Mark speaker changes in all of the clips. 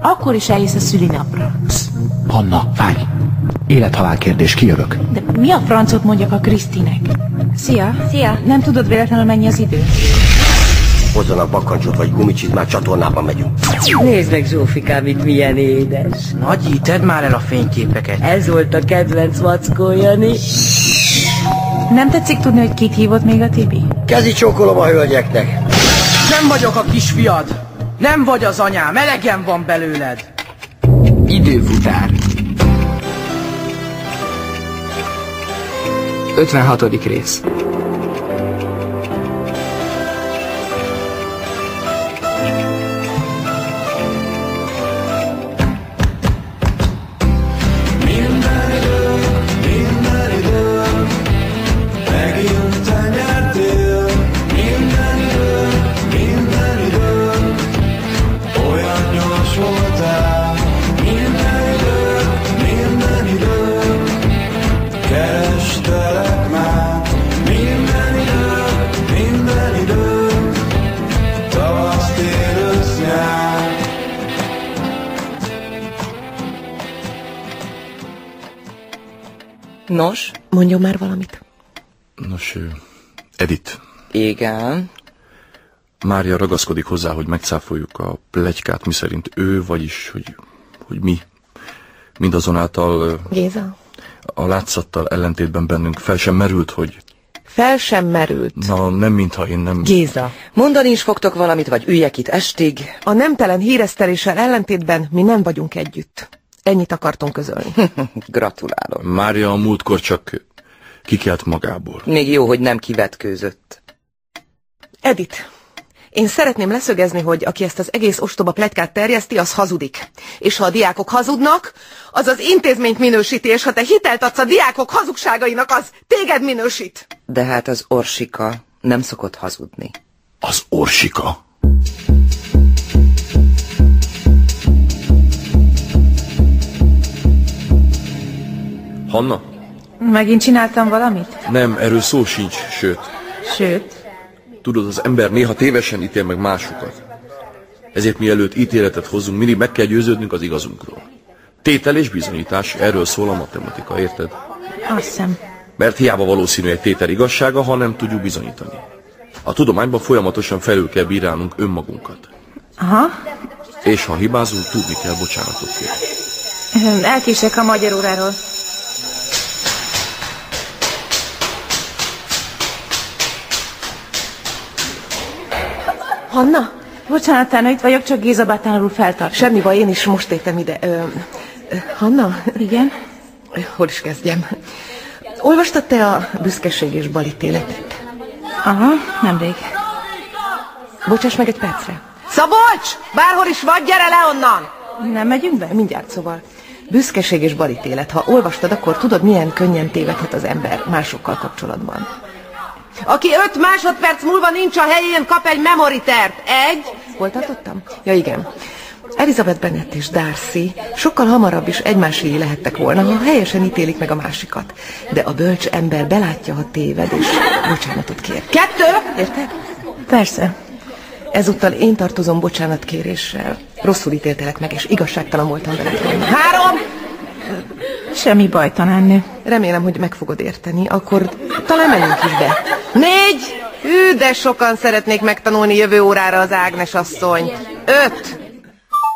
Speaker 1: Akkor is eljössz a szülinapra.
Speaker 2: Psz, Hanna, fáj! Élethalál kérdés, kijövök.
Speaker 1: De mi a francot mondjak a Krisztinek? Szia! Szia! Nem tudod véletlenül mennyi az idő?
Speaker 3: Hozzanak bakancsot vagy gumicsit, már csatornába megyünk.
Speaker 4: Nézd meg Zsófikám, itt milyen édes.
Speaker 5: Nagyi, tedd már el a fényképeket.
Speaker 4: Ez volt a kedvenc mackó, Jani.
Speaker 1: Nem tetszik tudni, hogy kit hívott még a Tibi?
Speaker 3: Kezi csókolom a hölgyeknek.
Speaker 5: Nem vagyok a kisfiad. Nem vagy az anyám, elegem van belőled.
Speaker 6: Időfutár 56. rész
Speaker 4: Nos?
Speaker 7: Mondjon már valamit.
Speaker 8: Nos, ö, Edith,
Speaker 4: Igen.
Speaker 8: Mária ragaszkodik hozzá, hogy megcáfoljuk a plegykát, miszerint ő, vagyis, hogy, hogy mi. Mindazonáltal ö,
Speaker 7: Géza?
Speaker 8: a látszattal ellentétben bennünk fel sem merült, hogy
Speaker 7: Fel sem merült.
Speaker 8: na nem mintha én nem...
Speaker 7: Géza.
Speaker 4: Mondani is fogtok valamit, vagy üljek itt estig?
Speaker 7: A nemtelen híreszteléssel ellentétben mi nem vagyunk együtt. Ennyit akartunk közölni.
Speaker 4: Gratulálok.
Speaker 8: Mária a múltkor csak kikelt magából.
Speaker 4: Még jó, hogy nem kivetkőzött.
Speaker 7: Edit, én szeretném leszögezni, hogy aki ezt az egész ostoba pletykát terjeszti, az hazudik. És ha a diákok hazudnak, az az intézményt minősíti, és ha te hitelt adsz a diákok hazugságainak, az téged minősít.
Speaker 4: De hát az Orsika nem szokott hazudni.
Speaker 8: Az orsika. Hanna?
Speaker 1: Megint csináltam valamit?
Speaker 8: Nem, erről szó sincs, sőt.
Speaker 1: Sőt,
Speaker 8: Tudod, az ember néha tévesen ítél meg másokat. Ezért mielőtt ítéletet hozzunk, mindig meg kell győződnünk az igazunkról. Tétel és bizonyítás, erről szól a matematika, érted?
Speaker 1: azt hiszem.
Speaker 8: Mert hiába valószínű egy tétel igazsága, ha nem tudjuk bizonyítani. A tudományban folyamatosan felül kell bírálnunk önmagunkat.
Speaker 1: Aha.
Speaker 8: És ha hibázunk, tudni kell bocsánatot kérni.
Speaker 1: Öhm, Elkések a magyar óráról.
Speaker 7: Hanna,
Speaker 1: Bocsánat, Tána, itt vagyok, csak Géza bátánorul feltart.
Speaker 7: semmi baj, én is most értem ide. Ö, ö, Hanna,
Speaker 1: Igen?
Speaker 7: hol is kezdjem? Olvastad te a büszkeség és balítéletet?
Speaker 1: Aha, nemrég.
Speaker 7: Bocsáss meg egy percre. Szabolcs! Bárhol is vagy, gyere le onnan!
Speaker 1: Nem megyünk be?
Speaker 7: Mindjárt szóval. Büszkeség és balítélet. Ha olvastad, akkor tudod, milyen könnyen tévedhet az ember másokkal kapcsolatban. Aki öt másodperc múlva nincs a helyén, kap egy memoritert. Egy. Hol tartottam? Ja, igen. Elizabeth Bennet és Darcy sokkal hamarabb is egymáséi lehettek volna, ha helyesen ítélik meg a másikat. De a bölcs ember belátja, ha téved, és bocsánatot kér. Kettő! Érted?
Speaker 1: Persze.
Speaker 7: Ezúttal én tartozom bocsánatkéréssel. Rosszul ítéltelek meg, és igazságtalan voltam veled. Három!
Speaker 1: Semmi baj, tanárnő.
Speaker 7: Remélem, hogy meg fogod érteni, akkor talán menjünk is be. Négy! Hű, de sokan szeretnék megtanulni jövő órára az Ágnes asszony. Öt!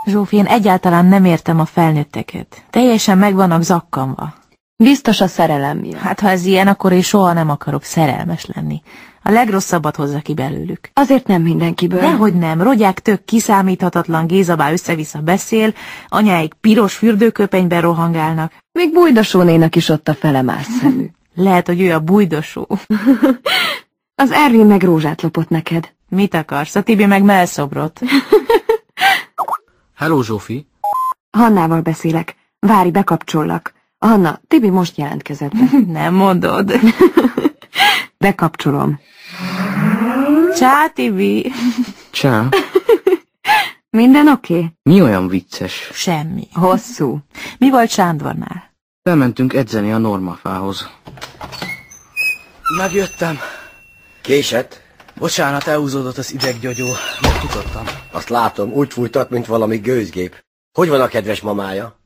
Speaker 1: Zsófi, én egyáltalán nem értem a felnőtteket. Teljesen meg vannak zakkanva.
Speaker 9: Biztos a szerelem miatt.
Speaker 1: Hát ha ez ilyen, akkor én soha nem akarok szerelmes lenni. A legrosszabbat hozza ki belőlük.
Speaker 9: Azért nem mindenkiből.
Speaker 1: Dehogy nem, rogyák tök kiszámíthatatlan Gézabá össze-vissza beszél, anyáik piros fürdőköpenyben rohangálnak.
Speaker 9: Még bújdosó nének is ott a fele más szemű.
Speaker 1: Lehet, hogy ő a bujdosó.
Speaker 9: Az Ervin meg rózsát lopott neked.
Speaker 1: Mit akarsz? A Tibi meg melszobrot.
Speaker 5: Hello, Zsófi.
Speaker 9: Hannával beszélek. Várj, bekapcsollak. Hanna, Tibi most jelentkezett be.
Speaker 1: Nem mondod.
Speaker 9: Bekapcsolom.
Speaker 1: Csá, Tibi.
Speaker 5: Csá.
Speaker 9: Minden oké? Okay?
Speaker 5: Mi olyan vicces?
Speaker 1: Semmi.
Speaker 9: Hosszú.
Speaker 1: Mi volt Sándornál?
Speaker 5: Bementünk edzeni a normafához. Megjöttem.
Speaker 3: Késett?
Speaker 5: Bocsánat, elhúzódott az ideggyógyó. Megtudottam.
Speaker 3: Azt látom, úgy fújtat, mint valami gőzgép. Hogy van a kedves mamája?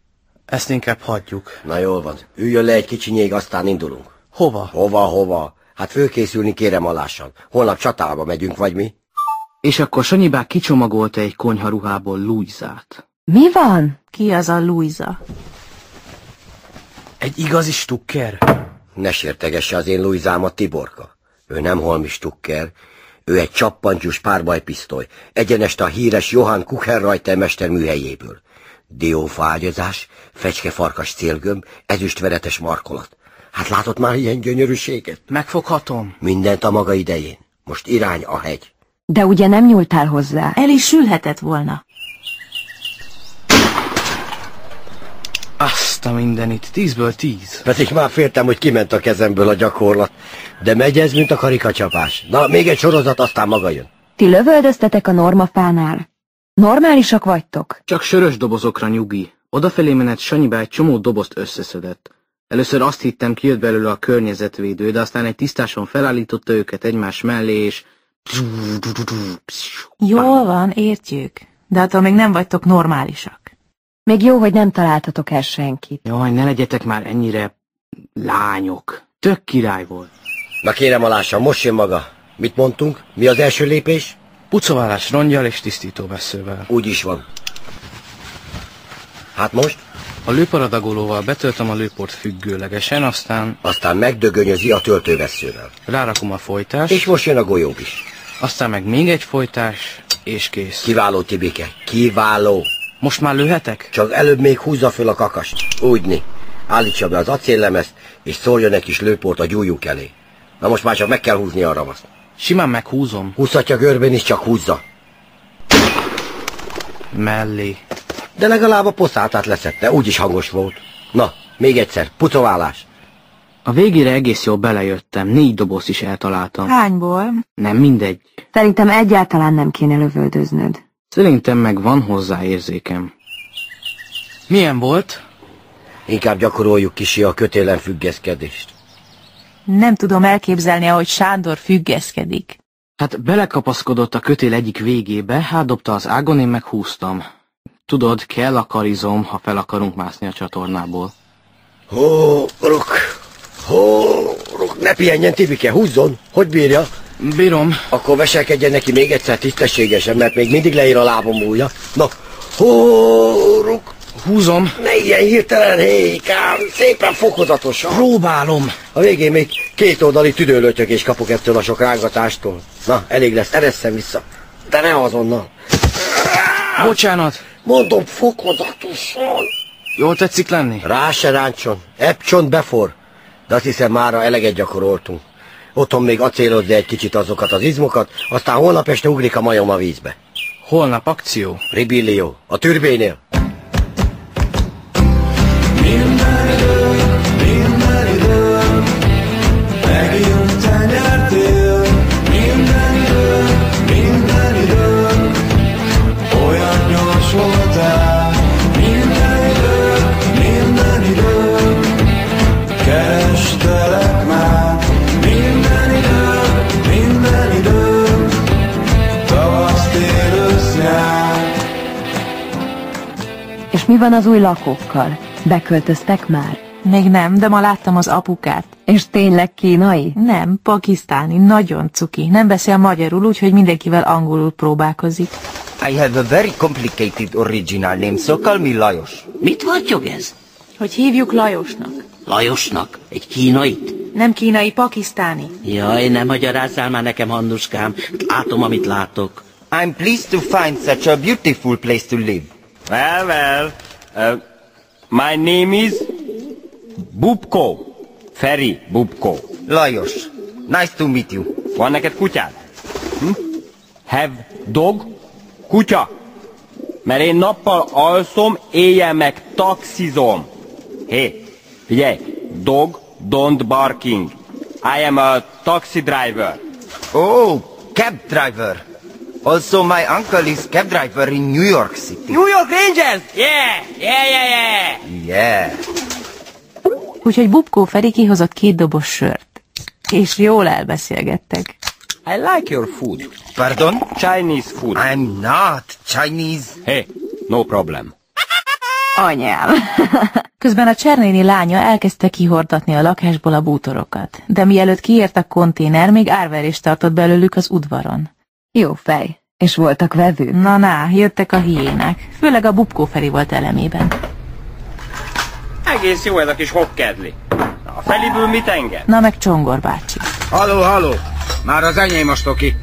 Speaker 5: Ezt inkább hagyjuk.
Speaker 3: Na jól van. Üljön le egy kicsinyéig, aztán indulunk.
Speaker 5: Hova?
Speaker 3: Hova, hova? Hát fölkészülni kérem alásan. Holnap csatába megyünk, vagy mi?
Speaker 6: És akkor Sanyi bá kicsomagolta egy konyharuhából Luizát.
Speaker 9: Mi van?
Speaker 1: Ki az a Luisa?
Speaker 5: Egy igazi stukker?
Speaker 3: Ne sértegesse az én Luizámat, Tiborka. Ő nem holmi stukker, ő egy csappantyús párbajpisztoly, egyenest a híres Johann Kuchenrajter mester műhelyéből. Diófágyazás, fecskefarkas célgömb, ezüstveretes markolat. Hát látott már ilyen gyönyörűséget?
Speaker 5: Megfoghatom.
Speaker 3: Mindent a maga idején. Most irány a hegy.
Speaker 9: De ugye nem nyúltál hozzá?
Speaker 1: El is sülhetett volna.
Speaker 5: Azt a mindenit, tízből tíz.
Speaker 3: Pedig Hát már féltem, hogy kiment a kezemből a gyakorlat. De megy ez, mint a karikacsapás. Na, még egy sorozat, aztán maga jön.
Speaker 9: Ti lövöldöztetek a normafánál. Normálisak vagytok?
Speaker 6: Csak sörös dobozokra nyugi. Odafelé menet Sanyi bá egy csomó dobozt összeszedett. Először azt hittem, kijött belőle a környezetvédő, de aztán egy tisztáson felállította őket egymás mellé, és...
Speaker 1: Jól van, értjük. De attól még nem vagytok normálisak.
Speaker 9: Még jó, hogy nem találtatok el senkit.
Speaker 6: Jaj, ne legyetek már ennyire... lányok. Tök király volt.
Speaker 3: Na kérem alása, most jön maga. Mit mondtunk? Mi az első lépés?
Speaker 5: Pucoválás rongyal és tisztító veszővel.
Speaker 3: Úgy is van. Hát most?
Speaker 5: A lőparadagolóval betöltöm a lőport függőlegesen, aztán
Speaker 3: Aztán megdögönyözi a töltőveszővel.
Speaker 5: rárakom a folytást,
Speaker 3: És most jön a golyóbb is.
Speaker 5: aztán meg még egy folytás, és kész.
Speaker 3: Kiváló, Tibike. Kiváló.
Speaker 5: Most már lőhetek?
Speaker 3: Csak előbb még húzza föl a kakast. Úgyni. Állítsa be az acéllemezt, és szórjon egy kis lőport a gyújjuk elé. Na most már csak meg kell húzni a ramaszt.
Speaker 5: Simán meghúzom.
Speaker 3: Húzhatja görbén is, csak húzza.
Speaker 5: Mellé.
Speaker 3: De legalább a poszátát leszette, úgyis hangos volt. Na, még egyszer, pucoválás.
Speaker 6: A végére egész jól belejöttem, négy dobozt is eltaláltam.
Speaker 1: Hányból?
Speaker 6: Nem mindegy.
Speaker 9: Szerintem egyáltalán nem kéne lövöldöznöd.
Speaker 6: Szerintem meg van hozzá érzékem.
Speaker 5: Milyen volt?
Speaker 3: Inkább gyakoroljuk kisi a kötélen függeszkedést.
Speaker 1: Nem tudom elképzelni, ahogy Sándor függeszkedik.
Speaker 6: Hát belekapaszkodott a kötél egyik végébe, hátdobta az ágon, én meghúztam. Tudod, kell a karizom, ha fel akarunk mászni a csatornából.
Speaker 3: Hórok, hórok, ne pihenjen Tibike, húzzon, hogy bírja?
Speaker 6: Bírom,
Speaker 3: Akkor veselkedjen neki még egyszer tisztességesen, mert még mindig leír a lábam újja. Na, hórok,
Speaker 6: húzom,
Speaker 3: ne ilyen hirtelen, hékám, szépen fokozatosan.
Speaker 5: Próbálom.
Speaker 3: A végén még két oldali tüdőlötyögést kapok ettől a sok rángatástól. Na, elég lesz, eresszem vissza. De ne azonnal.
Speaker 6: bocsánat,
Speaker 3: Mondom, fokozatosan.
Speaker 6: jól tetszik lenni?
Speaker 3: Rá se ráncson, epcsont befor. De azt hiszem, mára eleget gyakoroltunk. Otthon még acélozza egy kicsit azokat az izmokat, aztán holnap este ugrik a majom a vízbe.
Speaker 6: Holnap akció.
Speaker 3: Ribillió, a türbénél.
Speaker 9: És mi van az új lakókkal? Beköltöztek már?
Speaker 1: Még nem, de ma láttam az apukát.
Speaker 9: És tényleg kínai?
Speaker 1: Nem, pakisztáni, nagyon cuki. Nem beszél magyarul, úgyhogy mindenkivel angolul próbálkozik.
Speaker 2: I have a very complicated original name, so call me Lajos.
Speaker 10: Mit vartyog ez?
Speaker 1: Hogy hívjuk Lajosnak?
Speaker 10: Lajosnak? Egy kínait?
Speaker 1: Nem kínai, pakisztáni.
Speaker 10: Jaj, ne magyarázzál már nekem, Hannuskám. Látom, amit látok.
Speaker 2: I'm pleased to find such a beautiful place to live.
Speaker 11: Well, well. Uh, my name is Bubko. Feri Bubko.
Speaker 2: Lajos, nice to meet you.
Speaker 11: Van neked kutyád? Hm? Have dog? Kutya? Mert én nappal alszom, éjjel meg taxizom. Hé, figyelj, dog, don't barking. I am a taxi driver.
Speaker 2: Oh, cab driver. Also, my uncle is cab driver in New York City.
Speaker 11: New York Rangers! Yeah, yeah, yeah, yeah!
Speaker 2: Yeah.
Speaker 1: Úgyhogy Bubkó Feri kihozott két doboz sört. És jól elbeszélgettek.
Speaker 11: I like your food.
Speaker 2: Pardon?
Speaker 11: Chinese food.
Speaker 2: I'm not Chinese.
Speaker 11: Hey, no problem.
Speaker 9: Anyám!
Speaker 1: Közben a Csernéni lánya elkezdte kihordatni a lakásból a bútorokat, de mielőtt kiért a konténer, még árverést tartott belőlük az udvaron.
Speaker 9: Jó fej, és voltak vevők.
Speaker 1: Na na, jöttek a hiének, főleg a bubkó Feri volt elemében.
Speaker 11: Egész jó ez a kis hokkedli. A feliből mit enged?
Speaker 1: Na meg Csongor bácsi.
Speaker 12: Halló, halló! Már az enyém a stoki.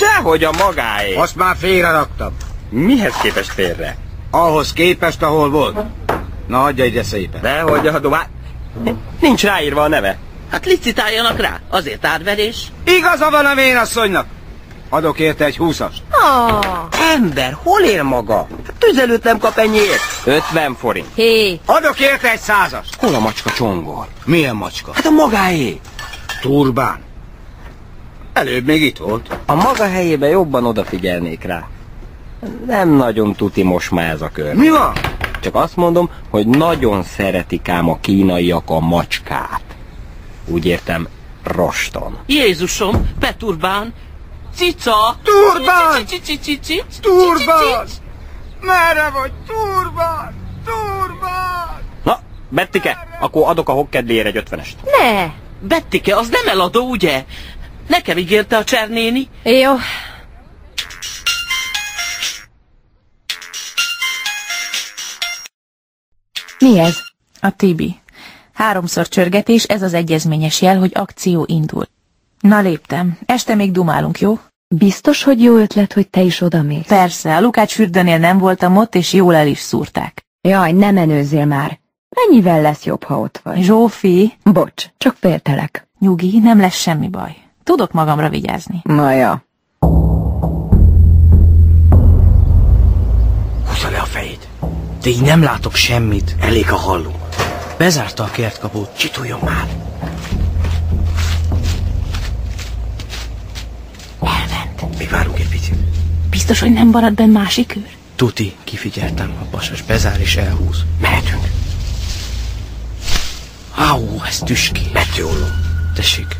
Speaker 11: Dehogy a magáé!
Speaker 12: Azt már félre raktam.
Speaker 11: Mihez képest félre?
Speaker 12: Ahhoz képest, ahol volt. Na, adja ide szépen.
Speaker 11: Dehogy adom, hát... Nincs ráírva a neve.
Speaker 10: Hát licitáljanak rá, azért árverés.
Speaker 12: Igaza van a vénasszonynak. Adok érte egy húszast.
Speaker 10: Ah,
Speaker 11: Ember, hol él maga? Hát tüzelőt nem kap ennyiért. 50 forint.
Speaker 10: hé,
Speaker 12: Adok érte egy százast.
Speaker 11: Hol a macska csongor?
Speaker 12: Milyen macska?
Speaker 11: Hát a magáé.
Speaker 12: Turbán. Előbb még itt volt.
Speaker 11: A maga helyébe jobban odafigyelnék rá. Nem nagyon tuti most már ez a kör.
Speaker 12: Mi van?
Speaker 11: Csak azt mondom, hogy nagyon szeretik ám a kínaiak a macskát. Úgy értem, roston.
Speaker 10: Jézusom, Peturbán, cica.
Speaker 12: Turbán!
Speaker 10: Cici-cici-cici-cici.
Speaker 12: Turbán! Merre vagy? Turbán! Turbán!
Speaker 11: Na, Bettike, akkor adok a hokkedlére egy ötvenest.
Speaker 10: Ne! Bettike, az nem eladó, ugye? Nekem ígérte a Csernéni.
Speaker 9: Jó, Mi ez?
Speaker 1: A Tibi. Háromszor csörgetés, ez az egyezményes jel, hogy akció indul. Na léptem, este még dumálunk, jó?
Speaker 9: Biztos, hogy jó ötlet, hogy te is odamész?
Speaker 1: Persze, a Lukács fürdőnél nem voltam ott, és jól el is szúrták.
Speaker 9: Jaj, nem menőzzél már. Mennyivel lesz jobb, ha ott vagy?
Speaker 1: Zsófi,
Speaker 9: Bocs, csak féltelek.
Speaker 1: nyugi, nem lesz semmi baj. Tudok magamra vigyázni.
Speaker 4: Na ja.
Speaker 5: Húzza le a fejét. De így nem látok semmit.
Speaker 3: Elég, ha hallom.
Speaker 5: Bezárta a kertkapót.
Speaker 3: Csituljon már.
Speaker 1: Elment.
Speaker 3: Még várunk egy picit.
Speaker 1: Biztos, hogy nem marad benn másik őr?
Speaker 5: Tuti, kifigyeltem, a pasas bezár és elhúz.
Speaker 3: Mehetünk.
Speaker 5: Áú, ez tüski.
Speaker 3: Betjóló.
Speaker 5: Tessék.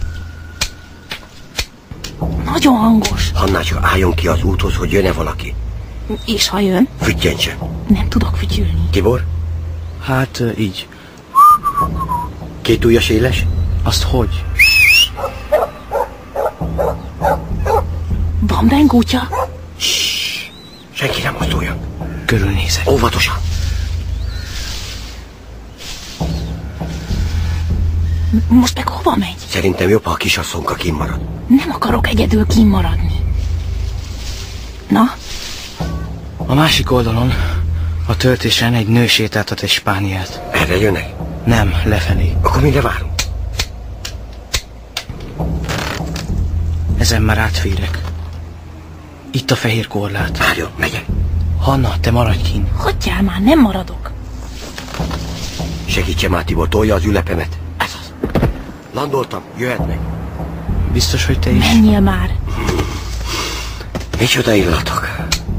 Speaker 1: Nagyon hangos.
Speaker 3: Hannácska, álljon ki az úthoz, hogy jön-e valaki.
Speaker 1: És ha jön,
Speaker 3: Füttyentse.
Speaker 1: nem tudok fütyülni.
Speaker 3: Tibor,
Speaker 5: Hát ö, így.
Speaker 3: két ujjas éles?
Speaker 5: Azt hogy?
Speaker 1: Van benn kutya?
Speaker 3: Senki nem mozduljon.
Speaker 5: Körülnézek.
Speaker 3: Óvatosan.
Speaker 1: Most meg hova megy?
Speaker 3: Szerintem jobb, ha a kisasszonka kimarad.
Speaker 1: Nem akarok egyedül kimaradni. Na,
Speaker 5: A másik oldalon a töltésen egy nő sétáltat egy spániát.
Speaker 3: Erre jönnek?
Speaker 5: Nem, lefelé.
Speaker 3: Akkor mire várunk?
Speaker 5: Ezen már átférek. Itt a fehér korlát.
Speaker 3: Várjon, megyek.
Speaker 5: Hanna, te maradj kint.
Speaker 1: hagyjál már, nem maradok.
Speaker 3: Segítse már Tibor, tolja az ülepemet. Ez az. Landoltam, jöhetnek.
Speaker 5: Biztos, hogy te is?
Speaker 1: Menjél már.
Speaker 3: Micsoda illatok.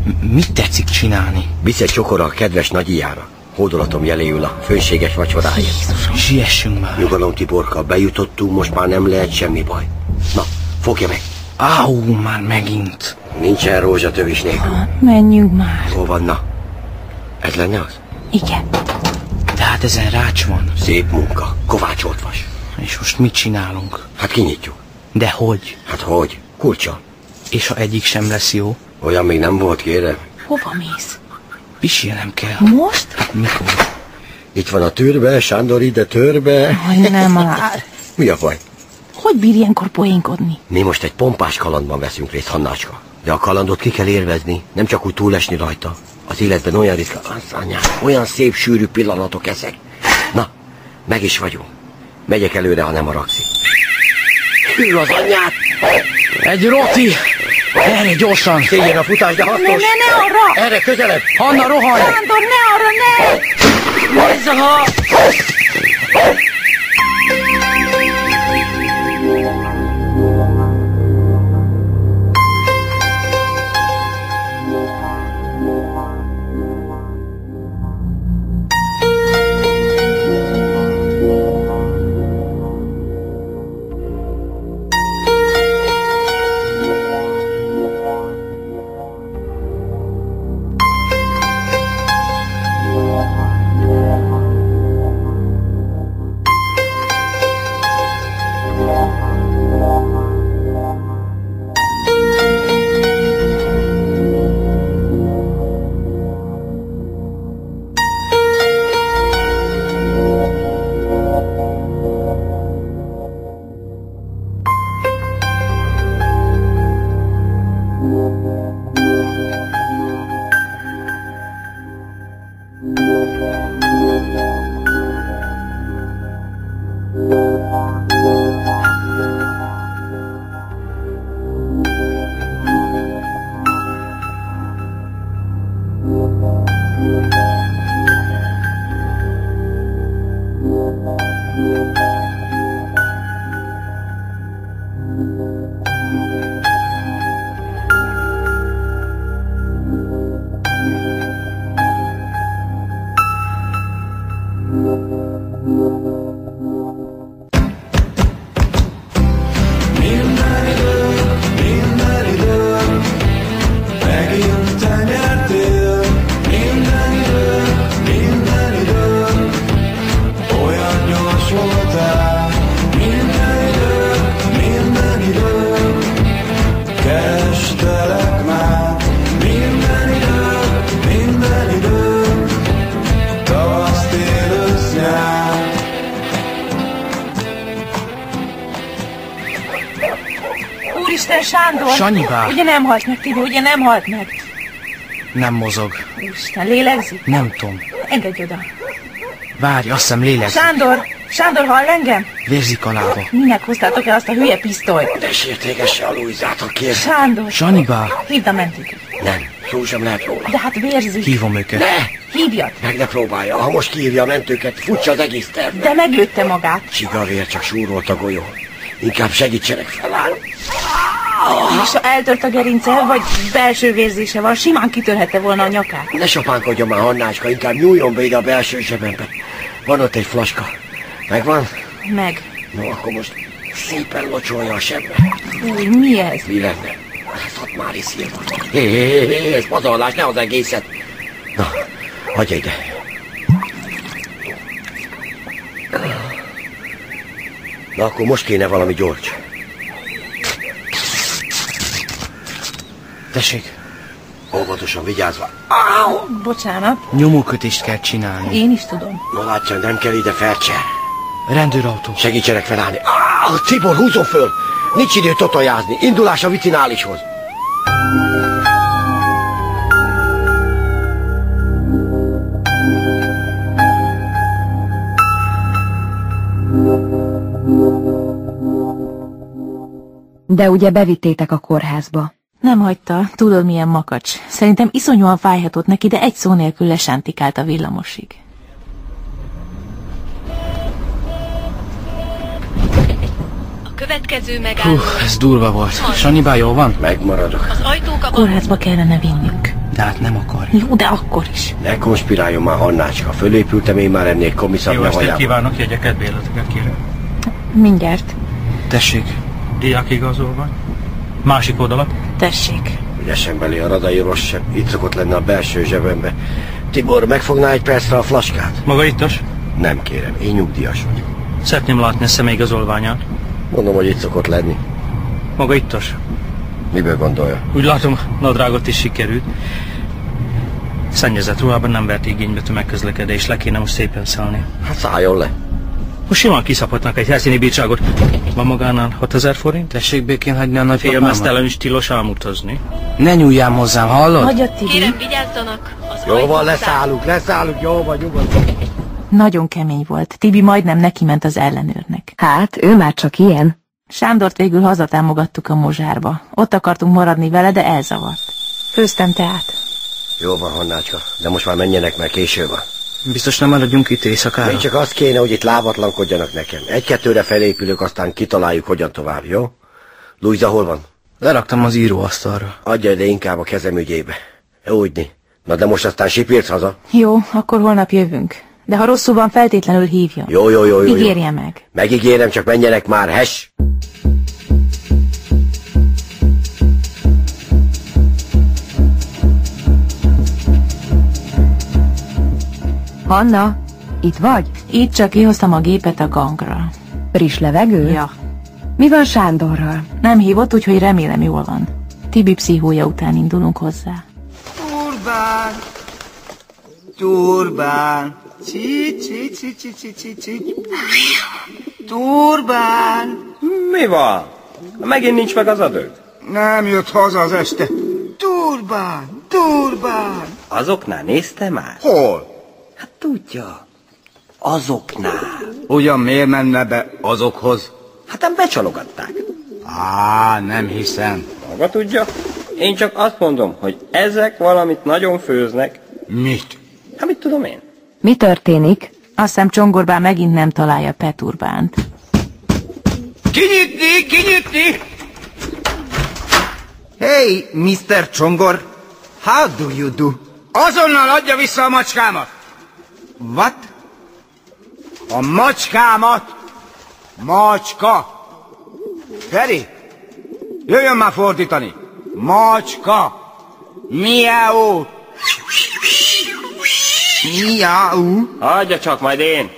Speaker 5: M- Mit tetszik csinálni?
Speaker 3: Visz egy csokora a kedves nagyiára. Hódolatom jeléül a fönséges vacsoráért.
Speaker 5: Siessünk már.
Speaker 3: Nyugalom Tiborka, bejutottunk, most már nem lehet semmi baj. Na, fogja meg.
Speaker 5: Áú, már megint.
Speaker 3: Nincsen rózsatövis nélkül.
Speaker 1: Menjünk már.
Speaker 3: Hol van, na? Ez lenne az?
Speaker 1: Igen.
Speaker 5: Tehát hát ezen rács van.
Speaker 3: Szép munka, kovácsolt vas.
Speaker 5: És most mit csinálunk?
Speaker 3: Hát kinyitjuk.
Speaker 5: De hogy?
Speaker 3: Hát hogy? Kulcsa.
Speaker 5: És ha egyik sem lesz jó?
Speaker 3: Olyan még nem volt, kérem.
Speaker 1: Hova mész?
Speaker 5: Pisilnem kell.
Speaker 1: Most?
Speaker 5: Hát mikor?
Speaker 3: Itt van a tűrbe, Sándor ide törbe.
Speaker 1: Hogy nem már.
Speaker 3: Mi a baj?
Speaker 1: Hogy bír ilyenkor poénkodni?
Speaker 3: Mi most egy pompás kalandban veszünk részt, Hannácska. De a kalandot ki kell élvezni, nem csak úgy túlesni rajta. Az életben olyan ritka, az anyám, olyan szép sűrű pillanatok ezek. Na, meg is vagyunk. Megyek előre, ha nem haragszik. Hű az anyát!
Speaker 5: Egy roti! Erre gyorsan!
Speaker 3: Szégyen a futás, de hatos! Ne, ne, ne arra! Erre közelebb!
Speaker 5: Hanna, rohanj!
Speaker 1: Sándor, ne arra, ne! Úristen, Sándor!
Speaker 5: Sanyi bá!
Speaker 1: Ugye nem halt meg, Tibi, ugye nem halt meg?
Speaker 5: Nem mozog.
Speaker 1: Úristen, lélegzik?
Speaker 5: Nem tudom.
Speaker 1: Engedj oda!
Speaker 5: Várj, azt hiszem lélegzik.
Speaker 1: Sándor! Sándor, hall engem?
Speaker 5: Vérzik alába.
Speaker 1: Minek hoztátok el azt a hülye pisztolyt?
Speaker 3: Tesértégesse a Luizát, ha kér.
Speaker 1: Sándor!
Speaker 5: Sanibá!
Speaker 1: Hívd a mentőket.
Speaker 3: Nem, szó sem lehet róla.
Speaker 1: De hát vérzik.
Speaker 5: Hívom őket.
Speaker 3: Ne!
Speaker 1: Hívjad.
Speaker 3: Meg ne próbálja, ha most kiírja a mentőket, futja az egész terv.
Speaker 1: De meglőtte magát.
Speaker 3: Csigavér csak súrolt a golyó. Inkább segítsenek felállni.
Speaker 1: És ha eltört a gerince, vagy belső vérzése van, simán kitörhette volna a nyakát.
Speaker 3: Ne sopánkodjon már, Hannácska, inkább nyúljon be ide a belső zsebembe. Van ott egy flaska. Megvan?
Speaker 1: Meg.
Speaker 3: No, akkor most szépen locsolja a sebbe.
Speaker 1: Új, mi ez?
Speaker 3: Mi lenne? Ez ott már is szilva. Hé, hé, hé, hé, ez pazarlás, ne az egészet. Na, hagyja ide. Na, akkor most kéne valami gyors.
Speaker 5: Tessék,
Speaker 3: Óvatosan vigyázva.
Speaker 1: Áú! Bocsánat,
Speaker 5: nyomókötést kell csinálni.
Speaker 1: én is tudom.
Speaker 3: Na látja, nem kell ide fertse.
Speaker 5: Rendőrautó.
Speaker 3: Segítsenek felállni. Áú, Tibor, húzom föl! Nincs idő totajázni. Indulás a vitinálishoz.
Speaker 9: De ugye bevittétek a kórházba.
Speaker 1: Nem hagyta, tudod milyen makacs. Szerintem iszonyúan fájhatott neki, de egy szó nélkül lesántikált a villamosig.
Speaker 13: A következő
Speaker 5: Hú,
Speaker 13: megálló.
Speaker 5: ez durva volt. Sanibá, jól van?
Speaker 3: Megmaradok.
Speaker 13: Az ajtók a
Speaker 1: Kórházba kellene vinnünk.
Speaker 5: De hát nem akar.
Speaker 1: Jó, de akkor is.
Speaker 3: Ne konspiráljon már, Hannácska. Fölépültem én már ennél komiszabb
Speaker 14: Jó estét
Speaker 3: nyavajába.
Speaker 14: kívánok, jegyeket, bérleteket kérek.
Speaker 1: Mindjárt.
Speaker 5: Tessék.
Speaker 14: Diák igazolva. Másik oldalat.
Speaker 1: Tessék.
Speaker 3: Ügyesen belé a radai rossz sem. Itt szokott lenne a belső zsebembe. Tibor, megfogná egy percre a flaskát?
Speaker 14: Maga ittas?
Speaker 3: Nem kérem, én nyugdíjas vagyok.
Speaker 14: Szeretném látni a személyigazolványát.
Speaker 3: Mondom, hogy itt szokott lenni.
Speaker 14: Maga ittas?
Speaker 3: Miből gondolja?
Speaker 14: Úgy látom, nadrágot is sikerült. Szennyezett ruhában nem vert igénybe tömegközlekedés, le kéne most szépen szállni.
Speaker 3: Hát szálljon le.
Speaker 14: Most simán kiszaphatnak egy helyszíni bírságot. Van magánál
Speaker 3: Hát
Speaker 14: 6000 forint?
Speaker 5: Tessék békén hagyni a nagypapámat.
Speaker 14: Félmeztelen is tilos álmutazni.
Speaker 5: Ne nyúljám hozzám, hallod?
Speaker 1: Hagyja, Tibi.
Speaker 13: Kérem, vigyázzanak. Az
Speaker 3: Jó
Speaker 13: ajtók
Speaker 3: van, leszállunk, leszállunk, jó van, nyugodtan.
Speaker 1: Nagyon kemény volt. Tibi majdnem neki ment az ellenőrnek.
Speaker 9: Hát, ő már csak ilyen.
Speaker 1: Sándort végül hazatámogattuk a mozsárba. Ott akartunk maradni vele, de elzavart. Főztem teát.
Speaker 3: Jó van, Hannácska, de most már menjenek, mert késő van.
Speaker 5: Biztos nem maradjunk itt
Speaker 3: Még
Speaker 5: éjszakára.
Speaker 3: csak azt kéne, hogy itt lábatlankodjanak nekem. Egy-kettőre felépülök, aztán kitaláljuk, hogyan tovább, jó? Luisa, hol van?
Speaker 5: Leraktam az íróasztalra.
Speaker 3: Adja ide inkább a kezem ügyébe. Úgyni. Na de most aztán sipírsz haza.
Speaker 1: Jó, akkor holnap jövünk. De ha rosszul van, feltétlenül hívjon.
Speaker 3: Jó, jó, jó, jó. jó.
Speaker 1: Ígérje meg.
Speaker 3: Megígérem, csak menjenek már, hes!
Speaker 9: Hanna, itt vagy?
Speaker 1: Itt csak kihoztam a gépet a gangra.
Speaker 9: Friss levegő?
Speaker 1: Ja.
Speaker 9: Mi van Sándorral?
Speaker 1: Nem hívott, úgyhogy remélem jól van. Tibi pszichója után indulunk hozzá.
Speaker 12: Turbán! Turbán! Csi, csi, csi, csi, csi, csi, csi. Turbán!
Speaker 11: Mi van? Megint nincs meg az adőd?
Speaker 12: Nem jött haza az este. Turbán! Turbán!
Speaker 11: Azoknál nézte már?
Speaker 12: Hol?
Speaker 11: Hát tudja. Azoknál.
Speaker 12: Ugyan miért menne be azokhoz?
Speaker 11: Hát nem becsalogatták.
Speaker 12: Á, nem hiszem.
Speaker 11: Maga tudja? Én csak azt mondom, hogy ezek valamit nagyon főznek. Mit? Hát mit tudom én?
Speaker 1: Mi történik? Azt hiszem Csongorbán megint nem találja Peturbánt.
Speaker 15: Kinyitni, kinyitni! Hey, Mr. Csongor, how do you do?
Speaker 2: Azonnal adja vissza a macskámat!
Speaker 15: What?
Speaker 2: A macskámat! Macska! Feri, jöjjön már fordítani! Macska! Miau!
Speaker 15: Miau!
Speaker 11: Hagyja csak, majd én.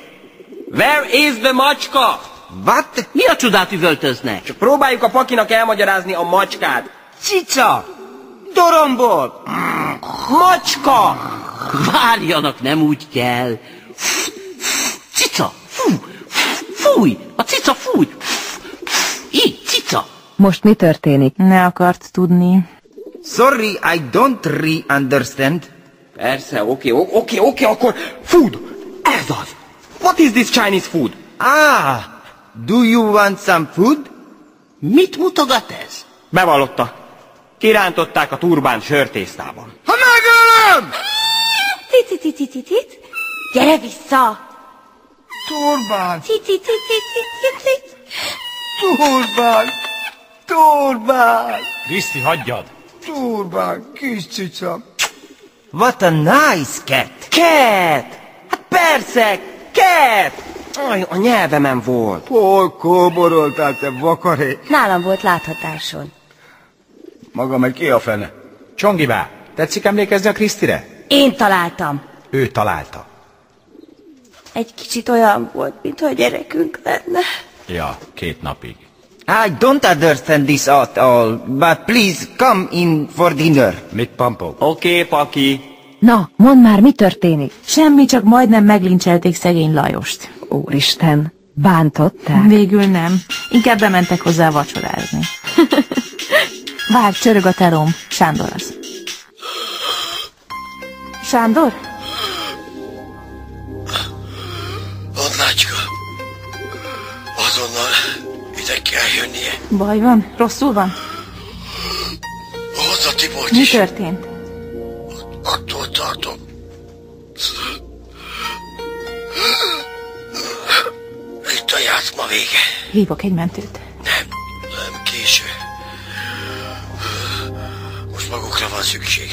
Speaker 11: Where is the macska?
Speaker 15: What?
Speaker 5: Mi a csodát üvöltöznek?
Speaker 11: Csak próbáljuk a pakinak elmagyarázni a macskát.
Speaker 2: Cica! Dorombol! Macska!
Speaker 5: Várjanak, nem úgy kell. Cica! Fú! Fúj! A cica fúj! Így, cica!
Speaker 1: Most mi történik? Ne akart tudni.
Speaker 15: Sorry, I don't really understand.
Speaker 11: Persze, oké, okay, oké, okay, oké, okay, akkor food! Ez az! What is this Chinese food?
Speaker 15: Ah, do you want some food?
Speaker 5: Mit mutogat ez?
Speaker 11: Bevallotta. Kirántották a turbán sörtésztában.
Speaker 2: Ha megölöm!
Speaker 16: Cicicicicicit, gyere vissza!
Speaker 2: Turbán!
Speaker 16: Cicicicicicit,
Speaker 2: Turbán! Turbán!
Speaker 14: Kriszti, hagyjad!
Speaker 2: Turbán, kis cica!
Speaker 15: What a nice cat!
Speaker 11: Cat! Hát persze, cat! Aj, a nyelvemen volt.
Speaker 15: Oh,
Speaker 2: Hol kóboroltál, te vakaré?
Speaker 9: Nálam volt láthatáson.
Speaker 2: Maga meg ki a fene?
Speaker 14: Csongibá, tetszik emlékezni a Krisztire?
Speaker 9: Én találtam.
Speaker 14: Ő találta.
Speaker 9: Egy kicsit olyan volt, mintha gyerekünk lenne.
Speaker 14: Ja, két napig.
Speaker 15: I don't understand this at all, but please come in for dinner.
Speaker 14: Mit pampog?
Speaker 11: Oké, okay, paki.
Speaker 17: Na, mondd már, mi történik?
Speaker 1: Semmi, csak majdnem meglincselték szegény Lajost.
Speaker 17: Úristen, bántották?
Speaker 1: Végül nem. Inkább bementek hozzá vacsorázni. Várj, csörög a telóm. Sándor az. Sándor?
Speaker 3: Annácska, azonnal ide kell jönnie.
Speaker 1: Baj van? Rosszul van?
Speaker 3: Hozza Tibort
Speaker 1: Mi
Speaker 3: is.
Speaker 1: történt?
Speaker 3: Attól tartom. Itt a játszma vége.
Speaker 1: Hívok egy mentőt.
Speaker 3: Nem késő. Most magukra van szükség.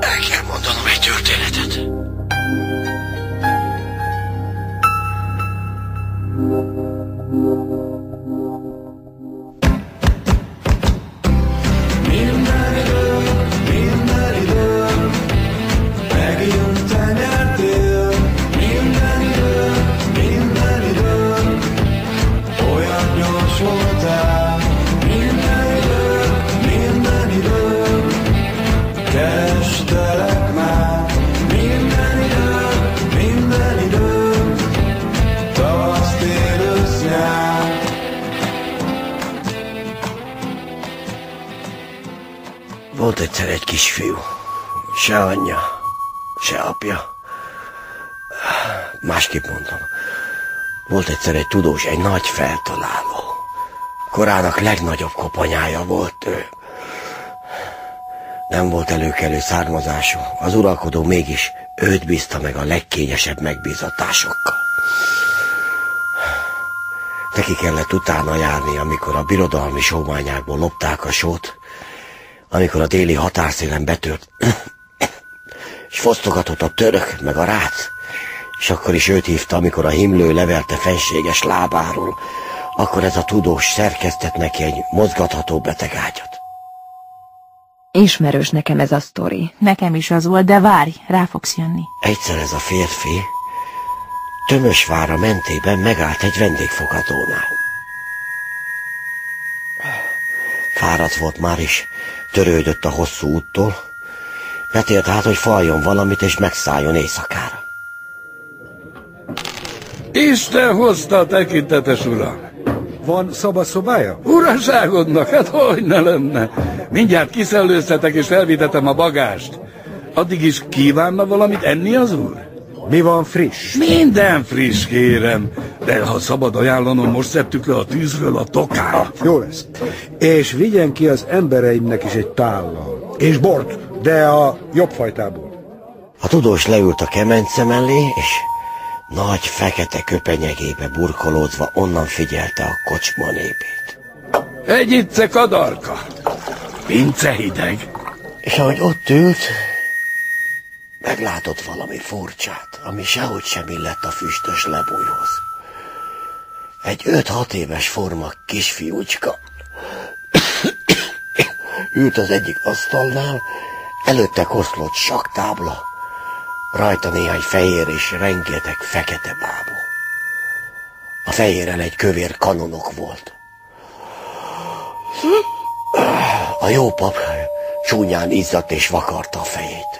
Speaker 3: El kell mondanom egy történetet.
Speaker 18: Kerestelek már minden időm, minden időm, tavasz, tél, ősz, nyár.
Speaker 3: Volt egyszer egy kisfiú. Se anyja, se apja. Másképp mondom. Volt egyszer egy tudós, egy nagy feltaláló. Korának legnagyobb kopanyája volt ő. Nem volt előkelő származású. Az uralkodó mégis őt bízta meg a legkényesebb megbízatásokkal. Neki kellett utána járni, amikor a birodalmi sómányákból lopták a sót, amikor a déli határszélen betört, és fosztogatott a török, meg a rác, és akkor is őt hívta, amikor a himlő leverte fenséges lábáról, akkor ez a tudós szerkesztett neki egy mozgatható betegágyat.
Speaker 17: Ismerős nekem ez a sztori.
Speaker 1: Nekem is az volt, de várj, rá fogsz jönni.
Speaker 3: Egyszer ez a férfi Tömösvára mentében megállt egy vendégfogadónál. Fáradt volt már is, törődött a hosszú úttól, betélt hát, hogy faljon valamit és megszálljon éjszakára.
Speaker 18: Isten hozta a tekintetes uram. Van szabad szobája? Uraságodnak, hát hogy ne lenne. Mindjárt kiszellőztetek és elvitetem a bagást. Addig is kívánna valamit enni az úr? Mi van friss? Minden friss, kérem. De ha szabad ajánlanom, most szedtük le a tűzről a tokát.
Speaker 19: Jó lesz. És vigyen ki az embereimnek is egy tállal. És bort, de a jobb fajtából.
Speaker 3: A tudós leült a kemence mellé, és nagy fekete köpenyegébe burkolódva onnan figyelte a kocsma népét.
Speaker 19: Egy itce kadarka. Pince hideg.
Speaker 3: És ahogy ott ült, meglátott valami furcsát, ami sehogy sem illett a füstös lebújhoz. Egy 5-6 éves forma kisfiúcska ült az egyik asztalnál, előtte koszlott saktábla, rajta néhány fehér és rengeteg fekete bábú. A fehéren egy kövér kanonok volt. A jó pap csúnyán izzadt és vakarta a fejét.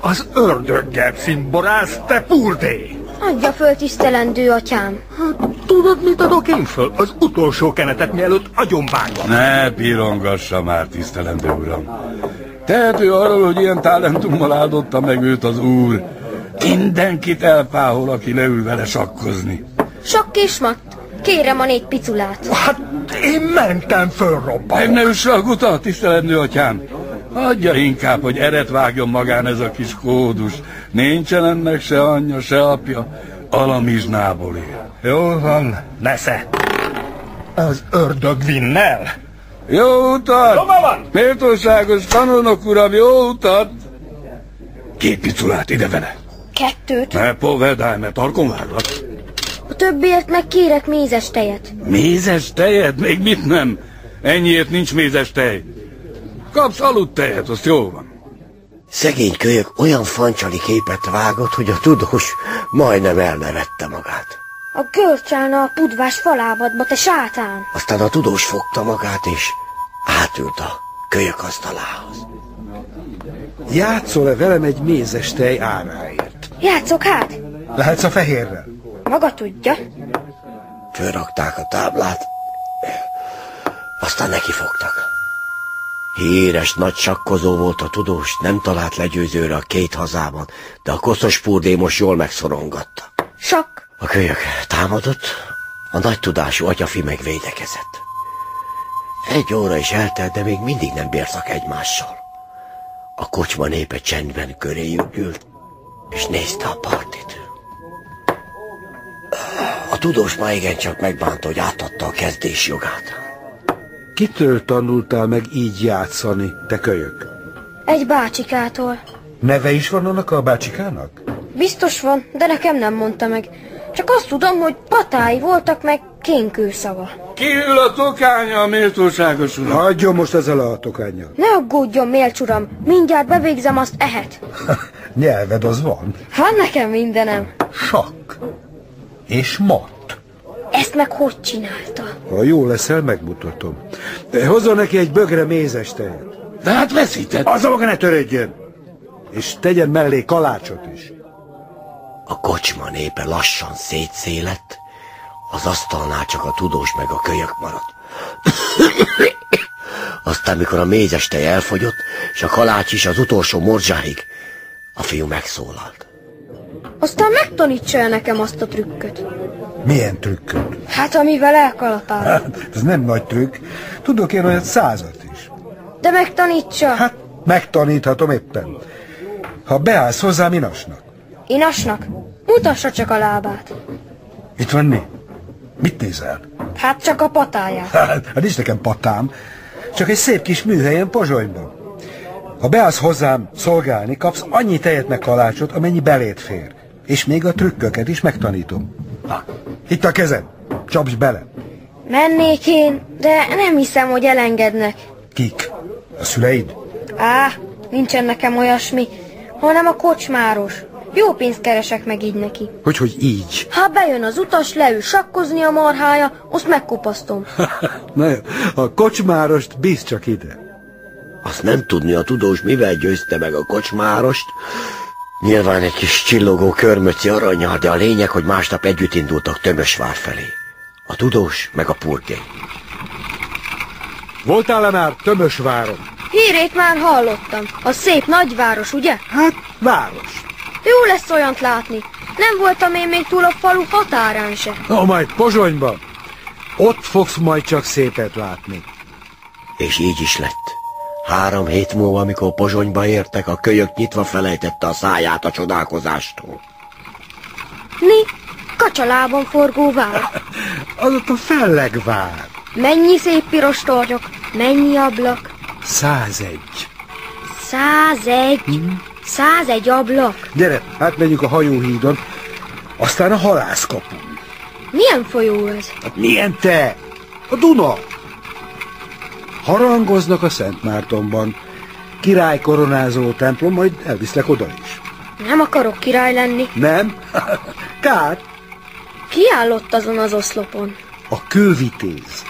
Speaker 19: Az ördöggel szintborász, te purdé!
Speaker 13: Adja föl tisztelendő atyám.
Speaker 19: Hát, Tudod, mit adok én föl? Az utolsó kenetet mielőtt agyonvágom. Ne pirongassa már, tisztelendő uram. Tehető arról, hogy ilyen talentummal áldotta meg őt az úr. Mindenkit elpáhol, aki leül vele sakkozni.
Speaker 13: Sok kismatt. Kérem a négy piculát.
Speaker 19: Hát én mentem fölrobban. Meg ne üsse a guta, tisztelendő atyám. Adja inkább, hogy eret vágjon magán ez a kis kódus. Nincsen ennek se anyja, se apja. Alamizsnából él. Jól van, nesze. Az ördög vinnel. Jó utat! Méltóságos tanulnok, uram, jó utat! Két piculát ide vele.
Speaker 13: Kettőt.
Speaker 19: Ne povedálj, mert tarkon váglak.
Speaker 13: A többiért meg kérek mézes tejet.
Speaker 19: Mézes tejet? Még mit nem? Ennyiért nincs mézes tej. Kapsz aludt tejet, azt jó van.
Speaker 3: Szegény kölyök olyan fancsali képet vágott, hogy a tudós majdnem elnevette magát.
Speaker 13: A görcsálna a pudvás falábadba, te sátán!
Speaker 3: Aztán a tudós fogta magát, és átült a kölyök asztalához.
Speaker 19: Játszol-e velem egy mézes tej áráért?
Speaker 13: Játszok hát!
Speaker 19: Lehetsz a fehérrel?
Speaker 13: Maga tudja.
Speaker 3: Fölrakták a táblát, aztán neki fogtak. Híres nagy sakkozó volt a tudós, nem talált legyőzőre a két hazában, de a koszos purdé most jól megszorongatta.
Speaker 13: Sok.
Speaker 3: A kölyök támadott, a nagy tudású atyafi meg védekezett. Egy óra is eltelt, de még mindig nem bírtak egymással. A kocsma népe csendben köréjük gyűlt, és nézte a partit. A tudós már igencsak megbánta, hogy átadta a kezdés jogát.
Speaker 19: Kitől tanultál meg így játszani, te kölyök?
Speaker 13: Egy bácsikától.
Speaker 19: Neve is van annak a bácsikának?
Speaker 13: Biztos van, de nekem nem mondta meg. Csak azt tudom, hogy patái voltak meg kénkő szava.
Speaker 19: Kiül a tokánya, méltóságos uram. Hagyjon most ezzel a tokánya.
Speaker 13: Ne aggódjon, mélcs uram, mindjárt bevégzem azt ehet.
Speaker 19: Nyelved az van.
Speaker 13: Van nekem mindenem.
Speaker 19: Sak. És ma.
Speaker 13: Ezt meg hogy csinálta?
Speaker 19: Ha jó leszel, megmutatom. Hozzon neki egy bögre mézes tejet. De hát veszített. Az a maga ne törődjön. És tegyen mellé kalácsot is.
Speaker 3: A kocsma népe lassan szétszélett, az asztalnál csak a tudós meg a kölyök maradt. Aztán, mikor a mézes tej elfogyott, és a kalács is az utolsó morzsáig, a fiú megszólalt.
Speaker 13: Aztán megtanítsa el nekem azt a trükköt.
Speaker 19: Milyen trükköt?
Speaker 13: Hát, amivel elkalapál.
Speaker 19: Hát, ez nem nagy trükk. Tudok én olyan százat is.
Speaker 13: De megtanítsa. Hát...
Speaker 19: Megtaníthatom éppen. Ha beállsz hozzám inasnak.
Speaker 13: Inasnak, mutassa csak a lábát.
Speaker 19: Itt van mi? Mit nézel?
Speaker 13: Hát csak a patáját.
Speaker 19: Hát, hát nincs nekem patám. Csak egy szép kis műhelyen Pozsonyban. Ha beállsz hozzám szolgálni, kapsz annyi tejet meg kalácsot, amennyi belét fér. És még a trükköket is megtanítom. Na, itt a kezem. Csapj bele.
Speaker 13: Mennék én, de nem hiszem, hogy elengednek.
Speaker 19: Kik? A szüleid?
Speaker 13: Á, nincsen nekem olyasmi, hanem a kocsmáros. Jó pénzt keresek meg így neki.
Speaker 19: Hogy, hogy így?
Speaker 13: Ha bejön az utas, leül sakkozni a marhája, azt megkopasztom.
Speaker 19: Na jó, a kocsmárost bíz csak ide.
Speaker 3: Azt nem tudni a tudós, mivel győzte meg a kocsmárost. Nyilván egy kis csillogó körmöci aranyjal, de a lényeg, hogy másnap együtt indultak Tömösvár felé. A tudós meg a purgé.
Speaker 19: Voltál-e már Tömösváron?
Speaker 13: Hírét már hallottam. A szép nagyváros, ugye?
Speaker 19: Hát, város.
Speaker 13: Jó lesz olyant látni. Nem voltam én még túl a falu határán se.
Speaker 19: Na, majd Pozsonyban. Ott fogsz majd csak szépet látni.
Speaker 3: És így is lett. Három hét múlva, amikor Pozsonyba értek, a kölyök nyitva felejtette a száját a csodálkozástól.
Speaker 13: Mi? Kacsalában forgó vár.
Speaker 19: Azóta fellegvár.
Speaker 13: Mennyi szép piros tornyok, mennyi ablak.
Speaker 19: 101.
Speaker 13: 101.
Speaker 19: Mhm.
Speaker 13: 101 ablak.
Speaker 19: Gyere, átmenjünk a hajóhídon, aztán a halászkapu.
Speaker 13: Milyen folyó ez?
Speaker 19: Milyen te? A Duna. Harangoznak a Szent Mártonban. Király koronázó templom, majd elviszlek oda is.
Speaker 13: Nem akarok király lenni.
Speaker 19: Nem? Kár.
Speaker 13: Ki állott azon az oszlopon?
Speaker 19: A kővitéz.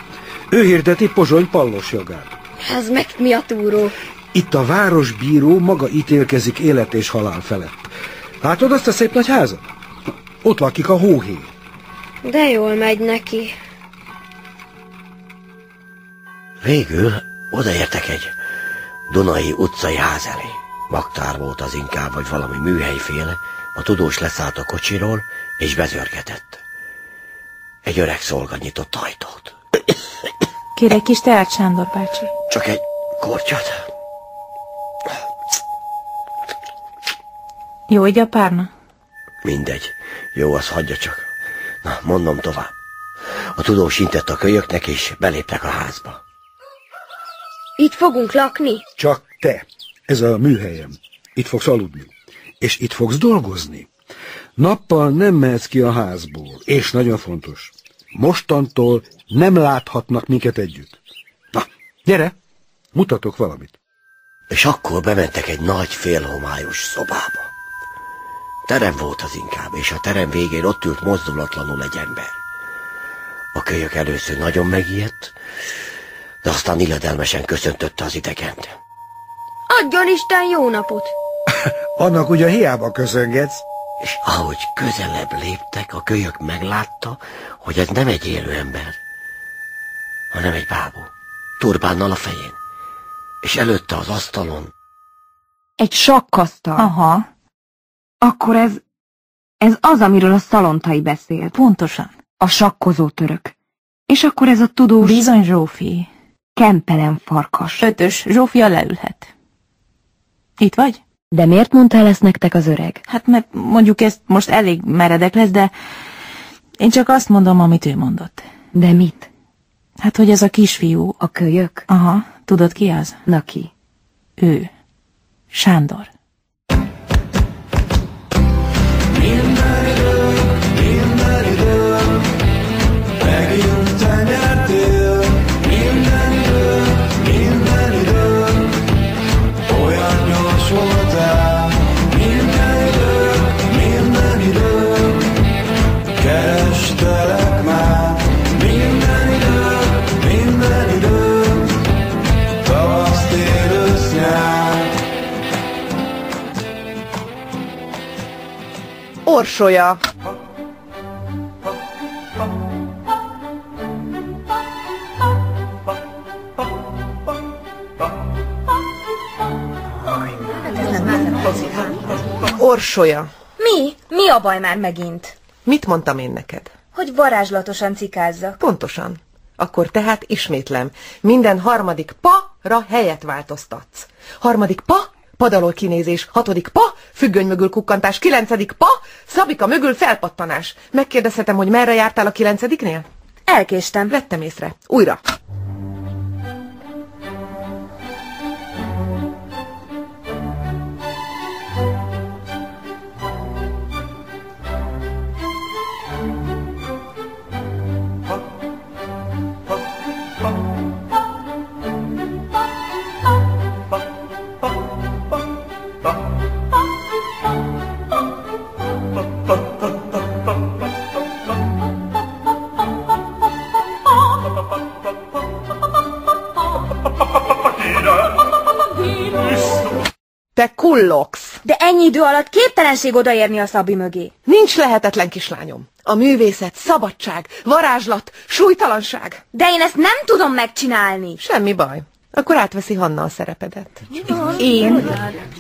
Speaker 19: Ő hirdeti Pozsony pallos jogát.
Speaker 13: Ez meg mi a túró?
Speaker 19: Itt a városbíró maga ítélkezik élet és halál felett. Látod azt a szép nagy házat? Ott lakik a hóhé.
Speaker 13: De jól megy neki.
Speaker 3: Végül odaértek egy Dunai utcai ház elé. Magtár volt az inkább, vagy valami műhelyféle. A tudós leszállt a kocsiról, és bezörgetett. Egy öreg szolga nyitott ajtót.
Speaker 1: Kérek egy kis teát, Sándor bácsi.
Speaker 3: Csak egy kortyot.
Speaker 1: Jó, így a párna?
Speaker 3: Mindegy. Jó, az hagyja csak. Na, mondom tovább. A tudós intett a kölyöknek, és beléptek a házba.
Speaker 13: Itt fogunk lakni?
Speaker 19: Csak te. Ez a műhelyem. Itt fogsz aludni. És itt fogsz dolgozni. Nappal nem mehetsz ki a házból. És nagyon fontos. Mostantól nem láthatnak minket együtt. Na, gyere! Mutatok valamit.
Speaker 3: És akkor bementek egy nagy félhomályos szobába. Terem volt az inkább, és a terem végén ott ült mozdulatlanul egy ember. A kölyök először nagyon megijedt, de aztán illedelmesen köszöntötte az idegent.
Speaker 13: Adjon Isten jó napot!
Speaker 19: Annak ugye hiába köszöngetsz.
Speaker 3: És ahogy közelebb léptek, a kölyök meglátta, hogy ez nem egy élő ember, hanem egy bábú, turbánnal a fején, és előtte az asztalon.
Speaker 9: Egy sakkasztal. Aha. Akkor ez... Ez az, amiről a szalontai beszél.
Speaker 1: Pontosan.
Speaker 9: A sakkozó török. És akkor ez a tudós...
Speaker 1: Bizony, Zsófi.
Speaker 9: Kempelen farkas.
Speaker 1: Ötös, Zsófia leülhet. Itt vagy?
Speaker 9: De miért mondta el ezt nektek az öreg?
Speaker 1: Hát mert mondjuk ez most elég meredek lesz, de én csak azt mondom, amit ő mondott.
Speaker 9: De mit?
Speaker 1: Hát, hogy ez a kisfiú.
Speaker 9: A kölyök?
Speaker 1: Aha, tudod ki az?
Speaker 9: Na ki?
Speaker 1: Ő. Sándor.
Speaker 7: Orsolya. Orsolya.
Speaker 12: Mi? Mi a baj már megint?
Speaker 7: Mit mondtam én neked?
Speaker 12: Hogy varázslatosan cikázzak.
Speaker 7: Pontosan. Akkor tehát ismétlem. Minden harmadik pa-ra helyet változtatsz. Harmadik pa, padalól kinézés. Hatodik pa, függöny mögül kukkantás. Kilencedik pa, szabika mögül felpattanás. Megkérdezhetem, hogy merre jártál a kilencediknél?
Speaker 12: Elkéstem.
Speaker 7: Vettem észre. Újra. Te kullogsz!
Speaker 12: De ennyi idő alatt képtelenség odaérni a Szabi mögé.
Speaker 7: Nincs lehetetlen kislányom. A művészet, szabadság, varázslat, súlytalanság.
Speaker 12: De én ezt nem tudom megcsinálni.
Speaker 7: Semmi baj. Akkor átveszi Hanna a szerepedet.
Speaker 12: Én?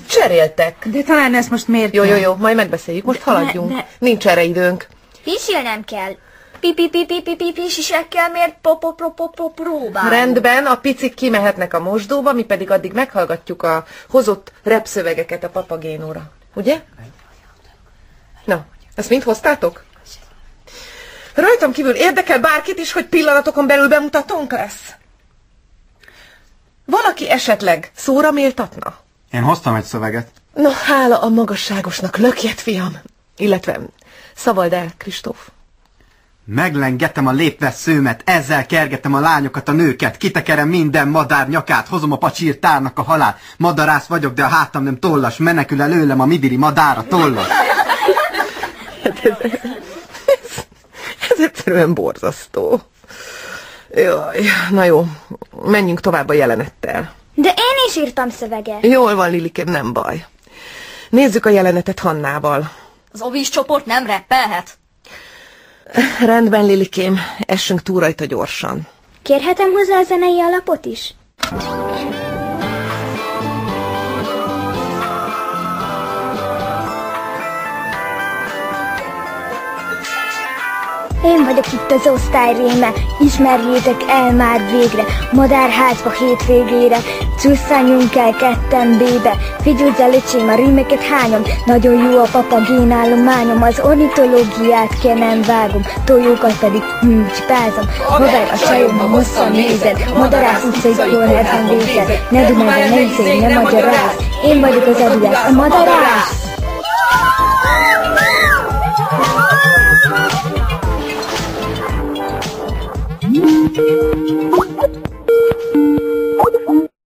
Speaker 7: Cseréltek.
Speaker 1: De talán ezt most miért
Speaker 7: Jó, jó, jó, majd megbeszéljük. Most
Speaker 12: De- ne-
Speaker 7: haladjunk.
Speaker 12: ne.
Speaker 7: Nincs erre időnk.
Speaker 12: Pisilnem kell.
Speaker 20: pi pi pi pi pi pi pi sisekkel miért po po pro po po próbál?
Speaker 7: Rendben, a picik kimehetnek a mosdóba, mi pedig addig meghallgatjuk a hozott repszövegeket a papagénóra. Ugye? Na, ezt mind hoztátok? Rajtam kívül érdekel bárkit is, hogy pillanatokon belül bemutatónk lesz? Valaki esetleg szóra méltatna?
Speaker 21: Én hoztam egy szöveget.
Speaker 7: Na, hála a magasságosnak, lökjet, fiam! Illetve szavald el, Kristóf.
Speaker 21: Meglengetem a lépveszőmet, ezzel kergetem a lányokat, a nőket, kitekerem minden madár nyakát, hozom a pacsírtárnak a halált, madarász vagyok, de a hátam nem tollas, menekül előlem a mibiri madára tollas.
Speaker 7: Ez Hát egyszerűen borzasztó. Jaj, na jó, menjünk tovább a jelenettel.
Speaker 20: De én is írtam szöveget.
Speaker 7: Jól van, Lilikém, nem baj. Nézzük a jelenetet Hannával.
Speaker 22: Az ovis csoport nem reppelhet.
Speaker 7: Rendben, Lilikém, essünk túl rajta gyorsan.
Speaker 20: Kérhetem hozzá a zenei alapot is? Én vagyok itt az osztályréme, ismerjétek el már végre, madárházba hétvégére, csúszányunk el ketten bébe, figyelj el öcsém, a rímeket hányom, nagyon jó a papagénállományom, az ornitológiát ke nem vágom, tojókat pedig hm, csipázom, madár a csajomba hosszan nézed, madarász utcaikból herben vézed, ne dumálj, ne izélj, ne magyaráz, én vagyok az adidász, a madarász!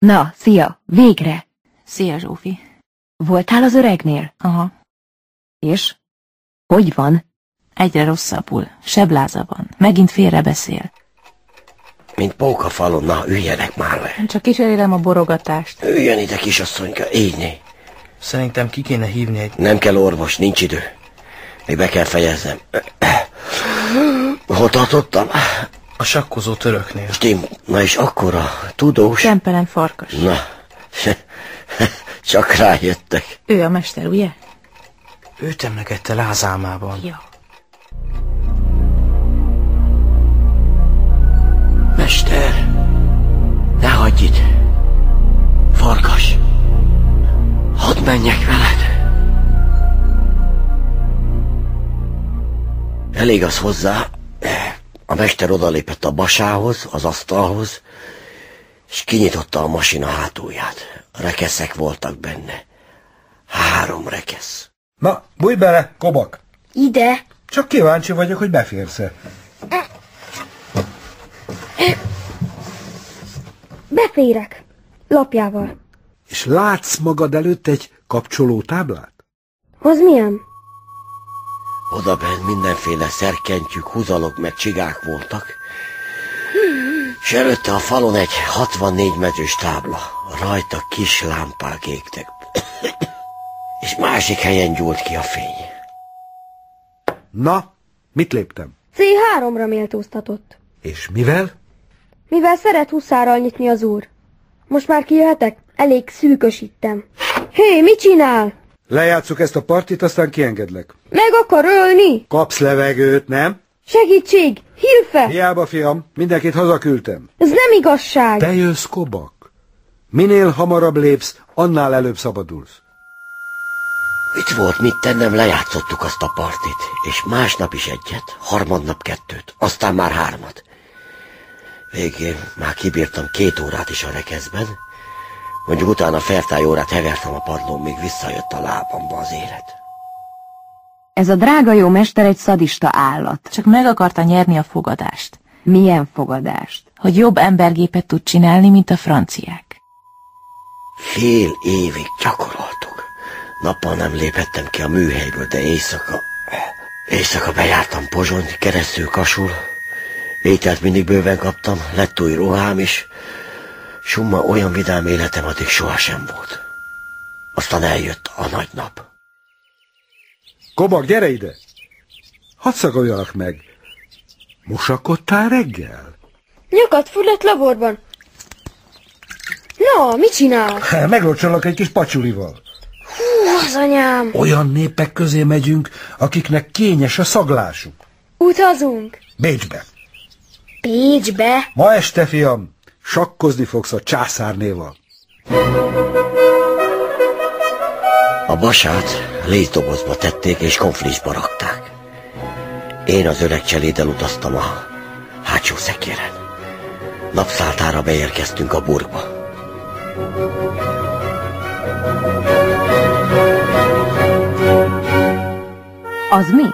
Speaker 23: Na, szia, végre!
Speaker 1: Szia, Zsófi.
Speaker 23: Voltál az öregnél?
Speaker 1: Aha.
Speaker 23: És? Hogy van?
Speaker 1: Egyre rosszabbul, sebláza van, megint félre beszél.
Speaker 3: Mint póka falon, na, üljenek már le.
Speaker 1: Én csak kísérelem a borogatást.
Speaker 3: Üljön ide, kisasszonyka, így né.
Speaker 5: Szerintem ki kéne hívni egy...
Speaker 3: Nem kell orvos, nincs idő. Még be kell fejeznem. Hol tartottam?
Speaker 5: A sakkozó töröknél.
Speaker 3: Stim, na és akkora tudós.
Speaker 1: Tempelen farkas.
Speaker 3: Na, csak rájöttek.
Speaker 1: Ő a mester, ugye?
Speaker 5: Őt emlegette lázámában.
Speaker 1: Ja.
Speaker 3: Mester, ne hagyj itt. Farkas, hadd menjek veled. Elég az hozzá, a mester odalépett a basához, az asztalhoz, és kinyitotta a masina hátulját. Rekeszek voltak benne. Három rekesz.
Speaker 13: Na, bújj bele, kobak!
Speaker 20: Ide?
Speaker 13: Csak kíváncsi vagyok, hogy beférsz-e.
Speaker 20: Beférek. Lapjával.
Speaker 19: És látsz magad előtt egy kapcsolótáblát?
Speaker 20: Az milyen?
Speaker 3: Oda bent mindenféle szerkentjük, húzalok meg csigák voltak, és előtte a falon egy 64 metrös tábla, rajta kis lámpák égtek, és másik helyen gyúlt ki a fény.
Speaker 19: Na, mit léptem?
Speaker 20: C3-ra méltóztatott.
Speaker 19: És mivel?
Speaker 20: Mivel szeret huszárral nyitni az úr. Most már kijöhetek? Elég szűkösítem. Hé, mit csinál?
Speaker 19: Lejátszuk ezt a partit, aztán kiengedlek.
Speaker 20: Meg akar ölni?
Speaker 19: Kapsz levegőt, nem?
Speaker 20: Segítség! Hív fel!
Speaker 19: Hiába, fiam, mindenkit hazaküldtem.
Speaker 20: Ez nem igazság!
Speaker 19: Te jössz, kobak. Minél hamarabb lépsz, annál előbb szabadulsz.
Speaker 3: Itt volt, mit tennem, lejátszottuk azt a partit, és másnap is egyet, harmadnap kettőt, aztán már hármat. Végén már kibírtam két órát is a rekeszben, mondjuk utána fertály órát hevertem a padlón, még visszajött a lábamba az élet.
Speaker 23: Ez a drága jó mester egy szadista állat.
Speaker 1: Csak meg akarta nyerni a fogadást.
Speaker 23: Milyen fogadást?
Speaker 1: Hogy jobb embergépet tud csinálni, mint a franciák.
Speaker 3: Fél évig gyakoroltuk. Nappal nem léphettem ki a műhelyből, de éjszaka... Éjszaka bejártam Pozsony, keresztül Kasul. Ételt mindig bőven kaptam, lett új ruhám is. Summa olyan vidám életem addig sohasem volt. Aztán eljött a nagy nap.
Speaker 19: Kobak, gyere ide! Hadd szagoljalak meg. Mosakodtál reggel?
Speaker 20: Nyakat fulladt laborban. Na, mit csinál?
Speaker 13: Meglocsolok egy kis pacsulival.
Speaker 20: Hú, az anyám!
Speaker 13: Olyan népek közé megyünk, akiknek kényes a szaglásuk.
Speaker 20: Utazunk!
Speaker 24: Bécsbe.
Speaker 13: Pécsbe?
Speaker 24: Ma este, fiam, sakkozni fogsz a császárnéval.
Speaker 3: A basát lézdobozba tették és konflisba rakták. Én az öreg cseléddel utaztam a hátsó szekéren. Napszáltára beérkeztünk a burgba.
Speaker 1: Az mi?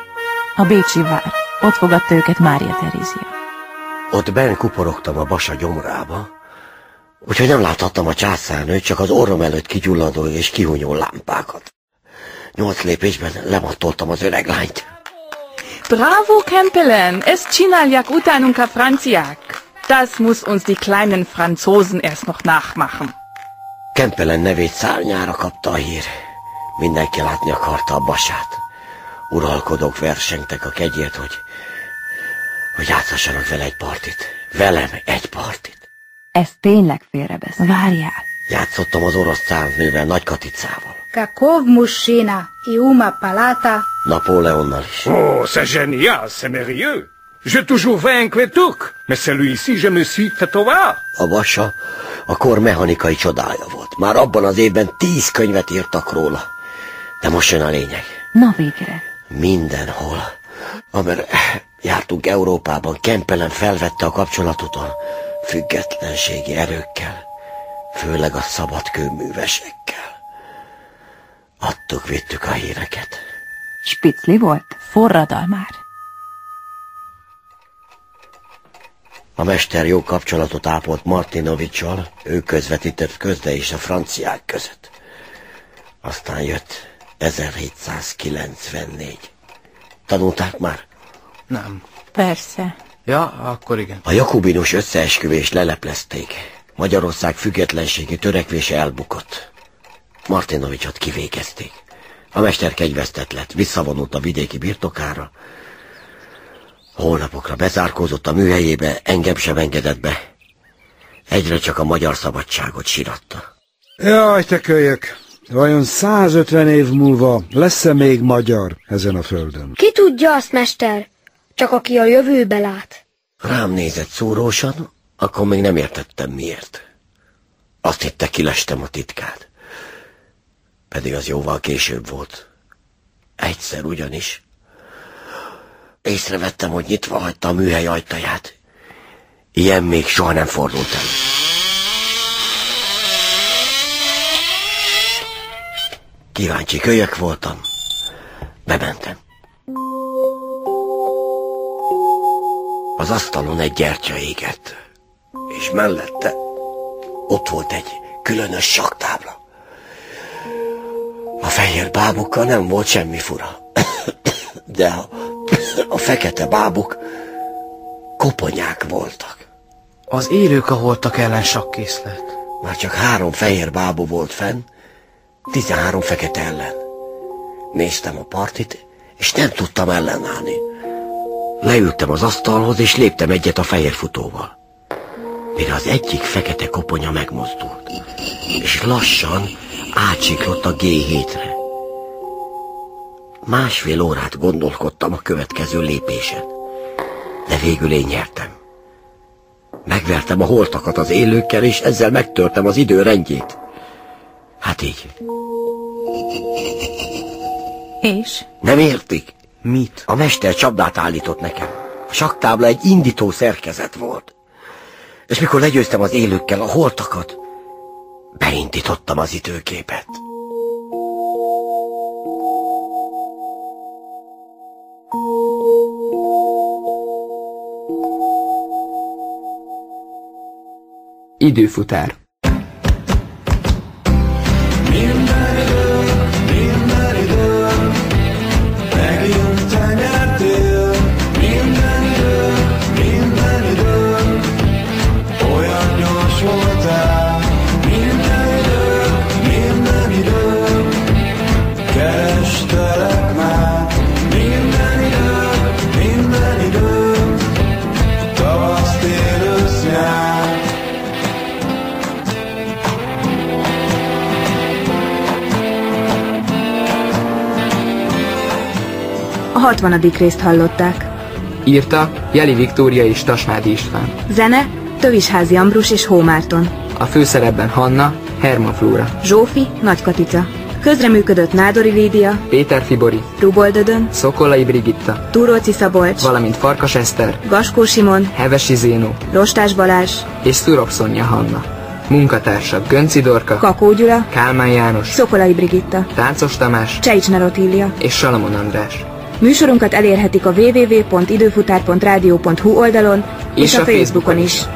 Speaker 1: A Bécsi vár. Ott fogadta őket Mária Terézia.
Speaker 3: Ott ben kuporogtam a basa gyomrába, úgyhogy nem láthattam a császárnőt, csak az orrom előtt kigyulladó és kihunyó lámpákat. Nyolc lépésben lemattoltam az öreg lányt.
Speaker 6: Bravo, Kempelen! Es csinálják utánunk a franciák. Das muss uns die kleinen Franzosen erst noch nachmachen.
Speaker 3: Kempelen nevét szárnyára kapta a hír. Mindenki látni akarta a basát. Uralkodók versengtek a kegyért, hogy, hogy játszassanak vele egy partit. Velem egy partit.
Speaker 9: Ez tényleg félrebesz.
Speaker 1: Várjál.
Speaker 3: Játszottam az orosz száznővel, Nagy Katicával,
Speaker 13: Каков мужчина и ума палата?
Speaker 3: Napóleonnal is.
Speaker 8: Oh, c'est génial, c'est merveilleux. J'ai toujours vaincre les Turcs, mais celui-ci, je me suis fait avoir.
Speaker 3: A Vasa a kor mechanikai csodája volt. Már abban az évben tíz könyvet írtak róla. De most jön a lényeg.
Speaker 1: Na végre.
Speaker 3: Mindenhol. Amire jártunk Európában, Kempelen felvette a kapcsolatot a függetlenségi erőkkel, főleg a szabadkőművesekkel. Adtuk, vittük a híreket.
Speaker 1: Spicli volt? Forradalmár.
Speaker 3: A mester jó kapcsolatot ápolt Martinovicsal, ő közvetített közde és a franciák között. Aztán jött 1794. Tanulták már?
Speaker 5: Nem.
Speaker 1: Persze.
Speaker 5: Ja, akkor igen.
Speaker 3: A jakubinus összeesküvést leleplezték. Magyarország függetlenségi törekvése elbukott. Martinovicsot kivégezték. A mester kegyvesztett lett, visszavonult a vidéki birtokára. Holnapokra bezárkózott a műhelyébe, engem sem engedett be. Egyre csak a magyar szabadságot síratta.
Speaker 19: Jaj, te kölyök! Vajon 150 év múlva lesz-e még magyar ezen a földön?
Speaker 13: Ki tudja azt, mester? Csak aki a jövőbe lát.
Speaker 3: Rám nézett szórósan, akkor még nem értettem miért. Azt hitte, kilestem a titkát. Pedig az jóval később volt. Egyszer ugyanis. Észrevettem, hogy nyitva hagyta a műhely ajtaját. Ilyen még soha nem fordult elő. Kíváncsi kölyök voltam. Bementem. Az asztalon egy gyertya égett, és mellette ott volt egy különös saktábla. A fehér bábukkal nem volt semmi fura, de a, a fekete bábuk koponyák voltak.
Speaker 5: Az élők a holtak ellen sakkészlet.
Speaker 3: Már csak három fehér bábú volt fenn, 13 fekete ellen. Néztem a partit, és nem tudtam ellenállni. Leültem az asztalhoz, és léptem egyet a fehér futóval. Mire az egyik fekete koponya megmozdult, és lassan átsiklott a G7-re. Másfél órát gondolkodtam a következő lépésen, de végül én nyertem. Megvertem a holtakat az élőkkel, és ezzel megtörtem az idő rendjét. Hát így.
Speaker 1: És?
Speaker 3: Nem értik?
Speaker 5: Mit?
Speaker 3: A mester csapdát állított nekem. A saktábla egy indító szerkezet volt. És mikor legyőztem az élőkkel a holtakat, beindítottam az időképet.
Speaker 25: Időfutár.
Speaker 12: Megjön tenyert dél, minden idő, minden idő, olyan gyors voltál. Minden idő, minden idő, kerestelek már. Minden idő, minden idő, tavasz, tél, ősz, nyár.
Speaker 26: A 60. részt hallották.
Speaker 4: Írta Jeli Viktória és Tasmádi István.
Speaker 9: Zene Tövisházi Ambrus és Hómárton.
Speaker 4: A főszerepben Hanna, Herman Flóra,
Speaker 9: Zsófi Nagykatica. Közreműködött Nádori Lídia,
Speaker 4: Péter Fibori,
Speaker 9: Ruboldödön,
Speaker 4: Szokolai Brigitta,
Speaker 9: Túróci Szabolcs,
Speaker 4: valamint Farkas Eszter,
Speaker 9: Gaskó Simon,
Speaker 4: Hevesi Zénó
Speaker 9: Rostás Balázs,
Speaker 4: és Szurokszonja Hanna. Munkatársak Gönci Dorka,
Speaker 9: Kakó Gyula,
Speaker 4: Kálmán János,
Speaker 9: Szokolai Brigitta,
Speaker 4: Táncos Tamás
Speaker 9: Cseicsner Otília.
Speaker 4: és Salamon András.
Speaker 9: Műsorunkat elérhetik a www.időfutár.rádió.hu oldalon és,
Speaker 4: És
Speaker 9: a,
Speaker 4: a
Speaker 9: Facebookon is.